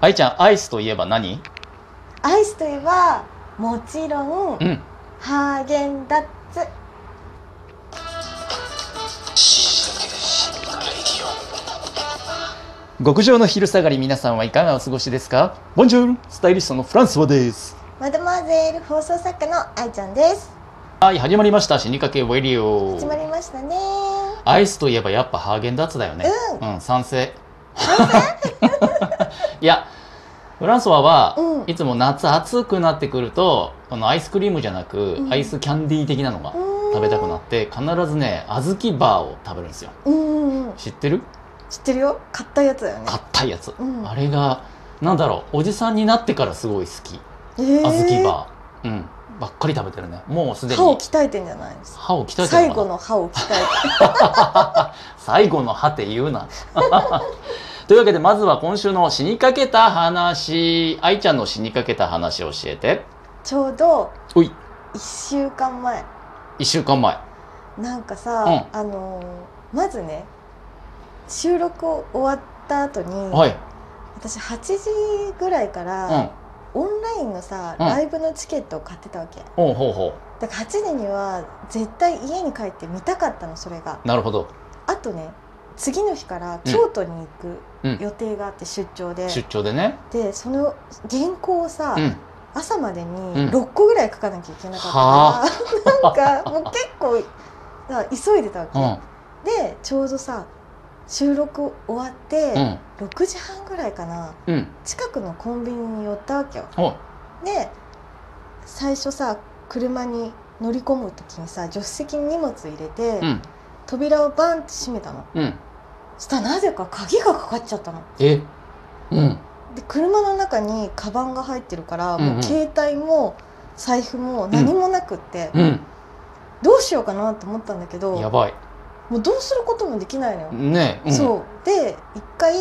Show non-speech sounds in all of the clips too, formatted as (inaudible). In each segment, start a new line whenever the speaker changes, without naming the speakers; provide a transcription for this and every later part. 愛ちゃんアイスといえば何
アイスといえばもちろん
うん
ハーゲンダッツ
極上の昼下がり皆さんはいかがお過ごしですかボンジュールスタイリストのフランスワです
マドマゼール放送作家の愛ちゃんです
はい始まりました死にかけウェリオ
始まりましたね
アイスといえばやっぱハーゲンダッツだよね
う
うん、賛成 (laughs) いやフランソワは、
うん
いつも夏暑くなってくるとこのアイスクリームじゃなく、
うん
アイスキャンディー的なのが食べたくなって必ずね小豆バーを食べるんですよ
うんうんうん
知ってる
知ってるよ買ったやつだよね
硬いやつ、
うん
あれがなんだろうおじさんになってからすごい好き
え
小豆バー、うんばっかり食べてるねもうすで
歯を
に
鍛えてんじゃないですか
歯を鍛えて
最
るのか
後
な
の歯を鍛え
最後の歯って言うな (laughs) というわけでまずは今週の死にかけた話愛ちゃんの死にかけた話教えて
てちょうど
おい
1週間前
1週間前
なんかさ、あのーまずね収録を終わった後に、
はい
私8時ぐらいから、
う
オンラインのさ、
うん
ライブのチケットを買ってたわけだか
んおうほうほ
ら8時には絶対家に帰って見たかったのそれが
うなるほど
あとね次の日から京都に行く
うん
予定があって出張で、
出張でね
でその原稿をさ、
うん
朝まで
ん
に6個ぐらい書かなきゃいけな
は
かったから、なんかもう結構だから急いでたわけ、
うん
でちょうどさ収録終わっ
う
て、
ん
6時半ぐらいかな
うん
近くのコンビニに寄ったわけよ
おい
で最初さ車に乗り込む時にさ助手席に荷物入れて、
うん
扉をバンって閉めたの
うん
そしたらなぜか鍵がかかっちゃったの
えうん
で車の中にカバンが入ってるから、
うんう
も
ん
う携帯も財布も何もなくって、
うん
どうしようかなと思ったんだけど
やばい
もうどうすることもできないのよ、
ねえ、うん、
そうで一回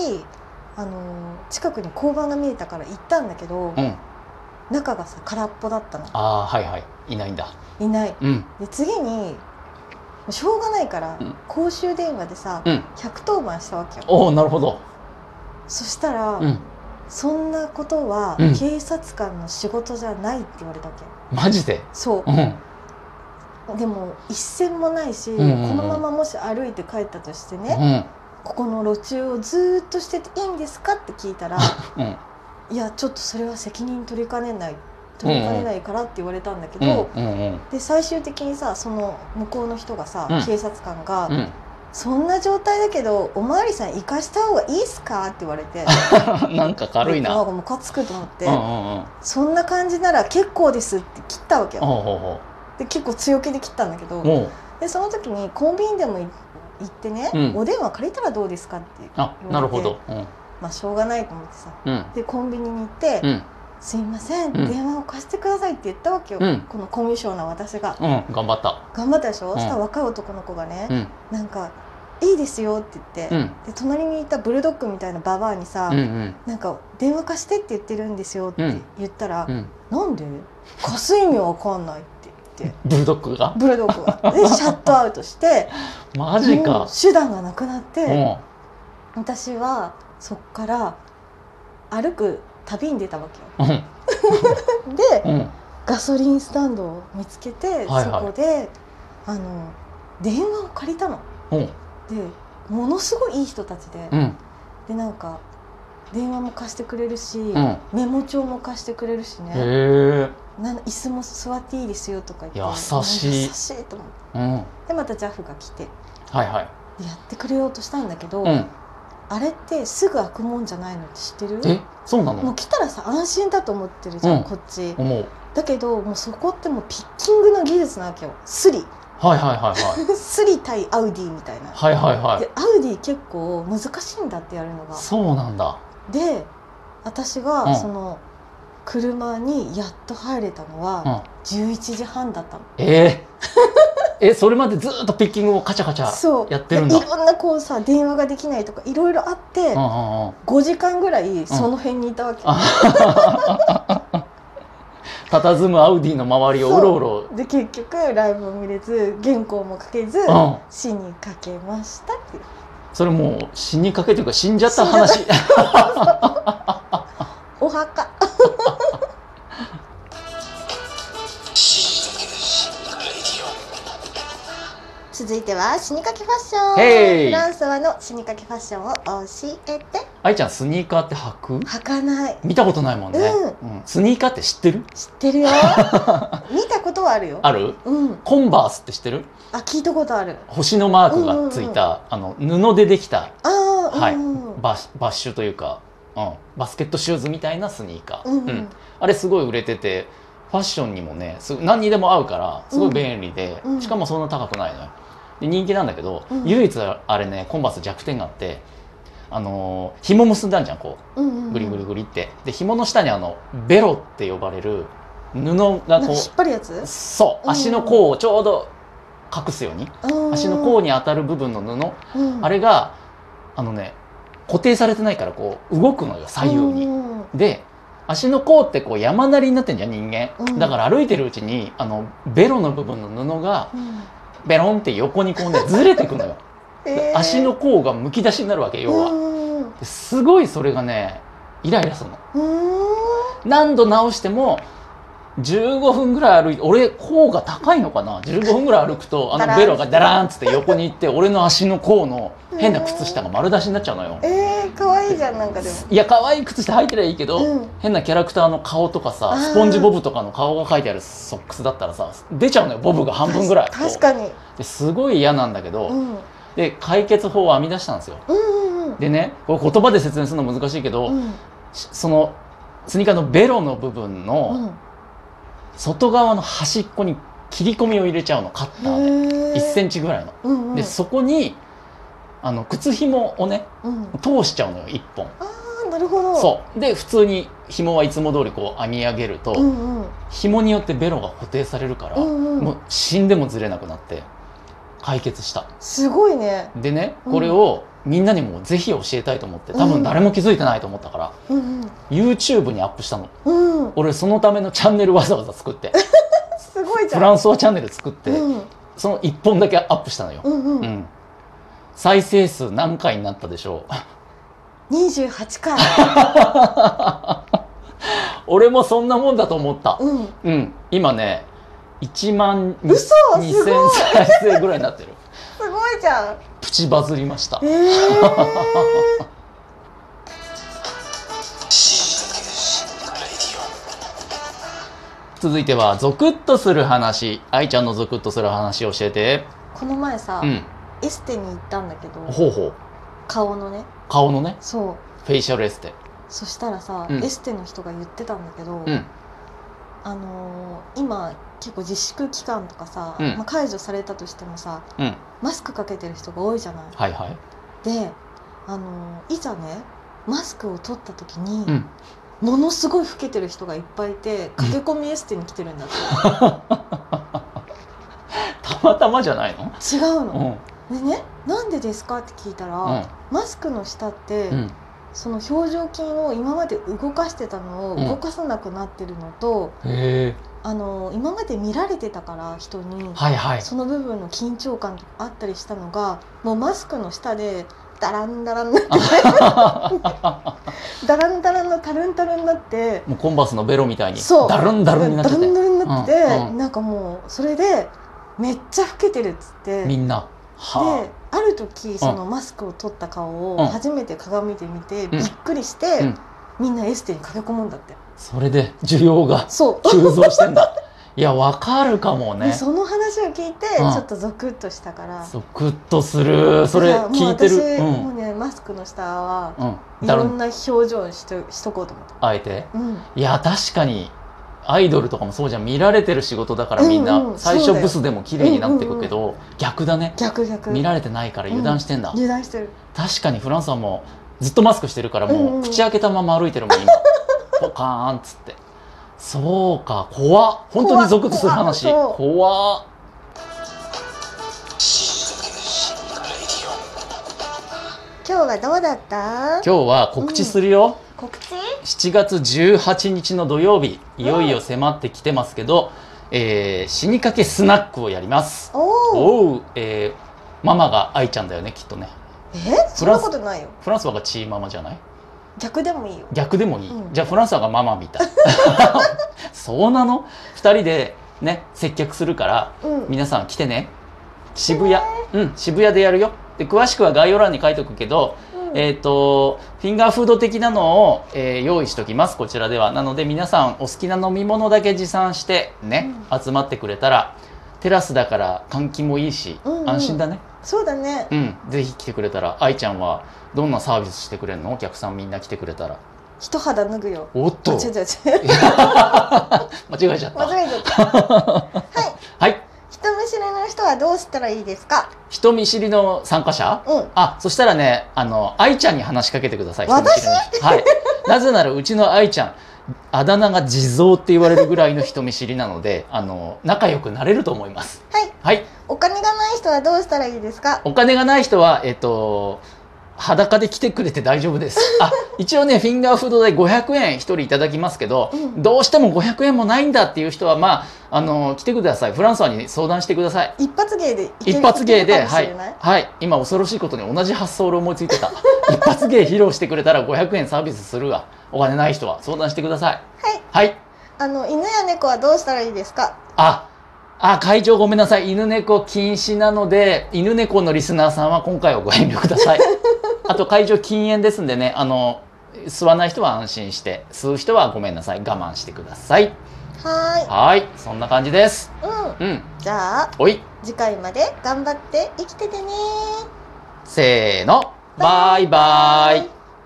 あのー近くに交番が見えたから行ったんだけど、
うん
中がさ空っぽだったの
ああーはいはいいないんだ
いない
うん
で次にもうしょうがないから、
うん
公衆電話でさ
うん
110番したわけよ
おおなるほど
そしたら、
うん
そんなことは
うん
警察官の仕事じゃないって言われたわけ、
マジで
そう
うん
でも一銭もないし、
んうんうん
このままもし歩いて帰ったとして
う
ね、
ん
ここの路中をずーっとしてていいんですかって聞いたら
うん
いやちょっとそれは責任取りかねない取りかねないからって言われたんだけ
(laughs) う
ど、
んうんうん
で最終的にさその向こうの人がさ、
うん
警察官が、
うん
そんな状態だけどおまわりさん行かした方がいいっすか?」って言われて
なん (laughs) か軽いな。
なん
う
かムカつくと思って、
んうんうん。
そんな感じなら結構ですって切ったわけよ
ほうほうほ
で結構強気で切ったんだけど
う。もう
でその時にコンビニでもい行ってね、
うん
お電話借りたらどうですかって
あなるほど。うん
まあしょうがないと思ってさ
うん
でコンビニに行って
うん
「すいません、
うん
電話を貸してください」って言ったわけよ、
うん
このコミュ障な私が
うん頑張った。
頑張ったでしょ、
うん
そしたら若い男の子がね
う、ん
なんか「いいですよ」って言って、
うん
で隣にいたブルドッグみたいなババアにさ、
うんうん
なんか電話貸してって言ってるんですよって言ったら、
うん。
なんで貸す意味わかんないって言って (laughs)
ブルドッグが
ブルドッグ
(laughs)
がでシャットアウトして
マジ
も
か
う。手段がなくなって、
うん
私はそっから歩く旅に出たわけよ
うん
で
うん
ガソリンスタンドを見つけて、
いはい
そこであの電話を借りたの
うん
でものすごいいい人たちで、
うん
でなんか電話も貸してくれるし、
うん。へ
メモ帳も貸してくれるしね
え。
なん椅子も座っていいですよとか言って
優しい
優しいと思って
うんは
でまた JAF が来て
いはい。
でやってくれようとしたんだけど、
うん
あれってすぐ開くもんじゃないのって知ってる
えそうな
も
の
う？来たらさ安心だと思ってるじゃん、
うん
こっち
思う。
だけどもうそこってもうピッキングの技術なわけよスリ
はいはいはい
スリ対アウディみたいな、
はい。はいはいは (laughs)
でアウディ結構難しいんだってやるの
い。
が
そうなんだ。
で私
うん
がその車にやっと入れたの
うん
は11時半だったの、
えー (laughs) えそれまでずっとピッキングをカチャカチャ。
そう
やってるんだ
でいろんなこうさ電話ができないとかいろいろあって、
うんうんうん。
5時間ぐらいその辺にいたわけ、
佇むアウディの周りをうろうろ。
で結局ライブも見れず原稿も書けず、
うん。
死にかけましたっていう
それもう死にかけというか死んじゃった話 (laughs)
は死にかけファッション、
ヘイ
フランソワの死にかけファッションを教えて
(laughs) 愛ちゃんスニーカーって履く
履かない
見たことないもんね、うんスニーカーって知ってる
知って
(laughs)
るよ見たことはあるよ
ある
うん
コンバースって知ってる
あ聞いたことある
星のマークがついた、あの布でできた
ああ
はい
うん
バッバッシュというか、うん、バスケットシューズみたいなスニーカー、
うんうん
あれすごい売れててファッションにもねす何にでも合うからすごい便利で、
うんうん
しかもそんな高くないのよで人気なんだけど、
うん
唯一あれねコンバース弱点があってあのー紐結んだんじゃんこ
うんうんう
うんグリグリグリってで紐の下にあのベロって呼ばれる布
な
が
んか
こ
引っ
う
張るやつ
そう
うん
足の甲をちょうど隠すように足の甲に当たる部分の布あ
れ
れがあのね固定されてないからこう動くのよ左右に。
に
で足の甲ってこう山なりになってんじゃん人間、
うん
だから歩いてるうちにあのベロの部分の布がベロンって横にこう
(laughs)
ねずれてくのよ、で足の甲がむき出しになるわけ要は、
は
ですごいそれがねイライラするの
う
何度直しても15分ぐらい歩いて俺甲が高いのかな15分ぐらい歩くとあの
ダラーン
ベロがダラーンっつって横に行って俺の足の甲の変な靴下が丸出しになっちゃうのよ
ーんえー可愛いじゃんなんかでも
いや可愛い靴下履いてりゃいいけど、
うん
変なキャラクターの顔とか
あ
さ
ー
スポンジボブとかの顔が描いてあるソックスだったらさ出ちゃうのよボブが半分ぐらい
たし確かに
ですごい嫌なんだけど、
うん
で解決法を編み出したんですよ
うんうんうん
でねこれ言葉で説明するの難しいけど、
うん
しそのスニーカーのベロの部分の外側の端っこに切り込みを入れちゃうのカッターで1セ
ン
ンチぐらいの。
チ
でそこにあの靴紐をね
うん
通しちゃうのよ1本。
あなるほど
そうで普通に紐はいつも通りこう編み上げると、
うんうん
紐によってベロが固定されるから、
うんうん
もう死んでもずれなくなって解決した
すごいね
でね
うん
これをみんなにもぜひ教えたいと思って多分誰も気づいてないと思ったから、
うん
YouTube にアップしたの
うんうん
俺そのためのチャンネルわざわざ作って
すごいじゃ
フ
ん
ランスはチャンネル作って、
うん
その1本だけアップしたのよ、
うん
う
うん
ん再生数何回になったでしょう (laughs)
28回
俺もそんなもんだと思った
うん
うん、今ね、1万2000
嘘すごい
再生ぐらいになってる。 (laughs)
すごいじゃん
プチバズりました
え。ー
続いては、ゾクッとする話。愛ちゃんのゾクッとする話を教えて。
(laughs) この前さ、
うん。
エステに行ったんだけど
ほうほう。
顔のね
顔のね、
そう
フェイシャルエステ。
そしたらさ、
うん
エステの人が言ってたんだけど、
うん。
あのー今結構自粛期間とかさ、
うん
まあ、解除されたとしてもさ
うん。
マスクかけてる人が多いじゃない。
はいはい。
で、あのーいざねマスクを取った時に、
うん。 (laughs)
ものすごい老けてる人がいっぱいいて駆け込みエステに来てるんだって、
たまたまじゃないの
違う
う
の。
ん。
でねなんでですかって聞いたら、
う
マスクの下って、
ん。うん。
その表情筋を今まで動かしてたのを
うん
動かさなくなってるのと、
へえ。
あの今まで見られてたから人に、
はいはい。 (laughs)
その部分の緊張感とかあったりしたのがもうマスクの下でダランダランになって (laughs) ダランダランのタルンタルンになって
もうコンバースのベロみたいに、
そう
ダルンダルンになっ
ダ
て
ラン
て。
ダランになってて、
うんうん
なんかもうそれでめっちゃ老けてるっつって。
み
で
んな。は
ある時そのマスクを取った顔
うん
を初めて鏡で見てびっくりして、
うん
みんなエステに駆け込むんだって
あ。それで需要が
そう
急増してん (laughs) だ。いや、わかるかもね。
その話を聞いてち
うん
ょっとゾクッとしたから
ゾクッとするそれ
だからもう
聞いてる
私、
う
もうんねマスクの下は
うん
い
だ
ろ
ろ
んな表情にしとしとこうと思って
あえて
うん
いや確かにアイドルとかもそうじゃん見られてる仕事だからみんな、
うんうん
最
そ
初
うだよ
ブスでも綺麗になってくけど、逆だね
逆逆
見られてないから油断してんだ、
油断してる
確かにフランスはもうずっとマスクしてるからもう、
うんうん
口開けたまま歩いてるもん今ポカーンっつってそうか怖っ本当にゾクッとする話
怖っ怖っ
怖っ
今日はどうだった
今日は告知するよ、
告知
7月18日の土曜日いよいよ迫ってきてますけど、えー死にかけスナックをやります
おお
おう、えーママが愛ちゃんだよねきっとね
えそんなことないよ
フランスはがチーママじゃない
逆でもいいよ
逆でもいい、
うん
じゃあフランスはがママみたい (laughs) そうなの2人でね接客するから
うん
皆さん来てね渋谷うん、渋谷でやるよ。で、詳しくは概要欄に書いておくけど、
うん
えっ、と、フィンガーフード的なのを、えー用意しときます、こちらでは。なので、皆さんお好きな飲み物だけ持参してね、集まってくれたら、テラスだから換気もいいし、
うんうん
安心だね。
そうだね、
うん、ぜひ来てくれたら、愛ちゃんはどんなサービスしてくれるのお客さんみんな来てくれたら。
一肌脱ぐよ
おっと
ち
(laughs)
ょちょちょ
間違えちゃった。
間違えちゃったはい
はい。
人見知りの人はどうしたらいいですか
人見知りの参加者
うん
あ、そしたらね、あの、愛ちゃんに話しかけてください。
私
人見知りのはい。なぜなら、うちの愛ちゃん、あだ名が地蔵って言われるぐらいの人見知りなので、あの、仲良くなれると思います。
はい
はい。
お金がない人はどうしたらいいですか
お金がない人は、えっと、裸で来てくれて大丈夫
(laughs)
です。あ、一応ね、フィンガーフードで500円一人いただきますけど、
うん
どうしても500円もないんだっていう人は、まあ、あの、来てください。フランソワに相談してください。
一発芸でいける
一発芸
いけ
で、
るかも
は
し
い
れない、
はい、今恐ろしいことに同じ発想を思いついて
(laughs)
た。一発芸披露してくれたら500円サービスするわ。お金ない人は相談してください。
はい、
はい、
あの犬や猫はどうしたらいいですか
あ、あ、会長ごめんなさい。犬猫禁止なので、犬猫のリスナーさんは今回はご遠慮くだ
(laughs)
さい。あと会場禁煙ですんでね、あの、吸わない人は安心して、吸う人はごめんなさい。我慢してください。
は
はい、そんな感じです。
ーいうん
うん、
じゃあ
おい、
次回まで頑張って生きててね
せーの、バイバイ。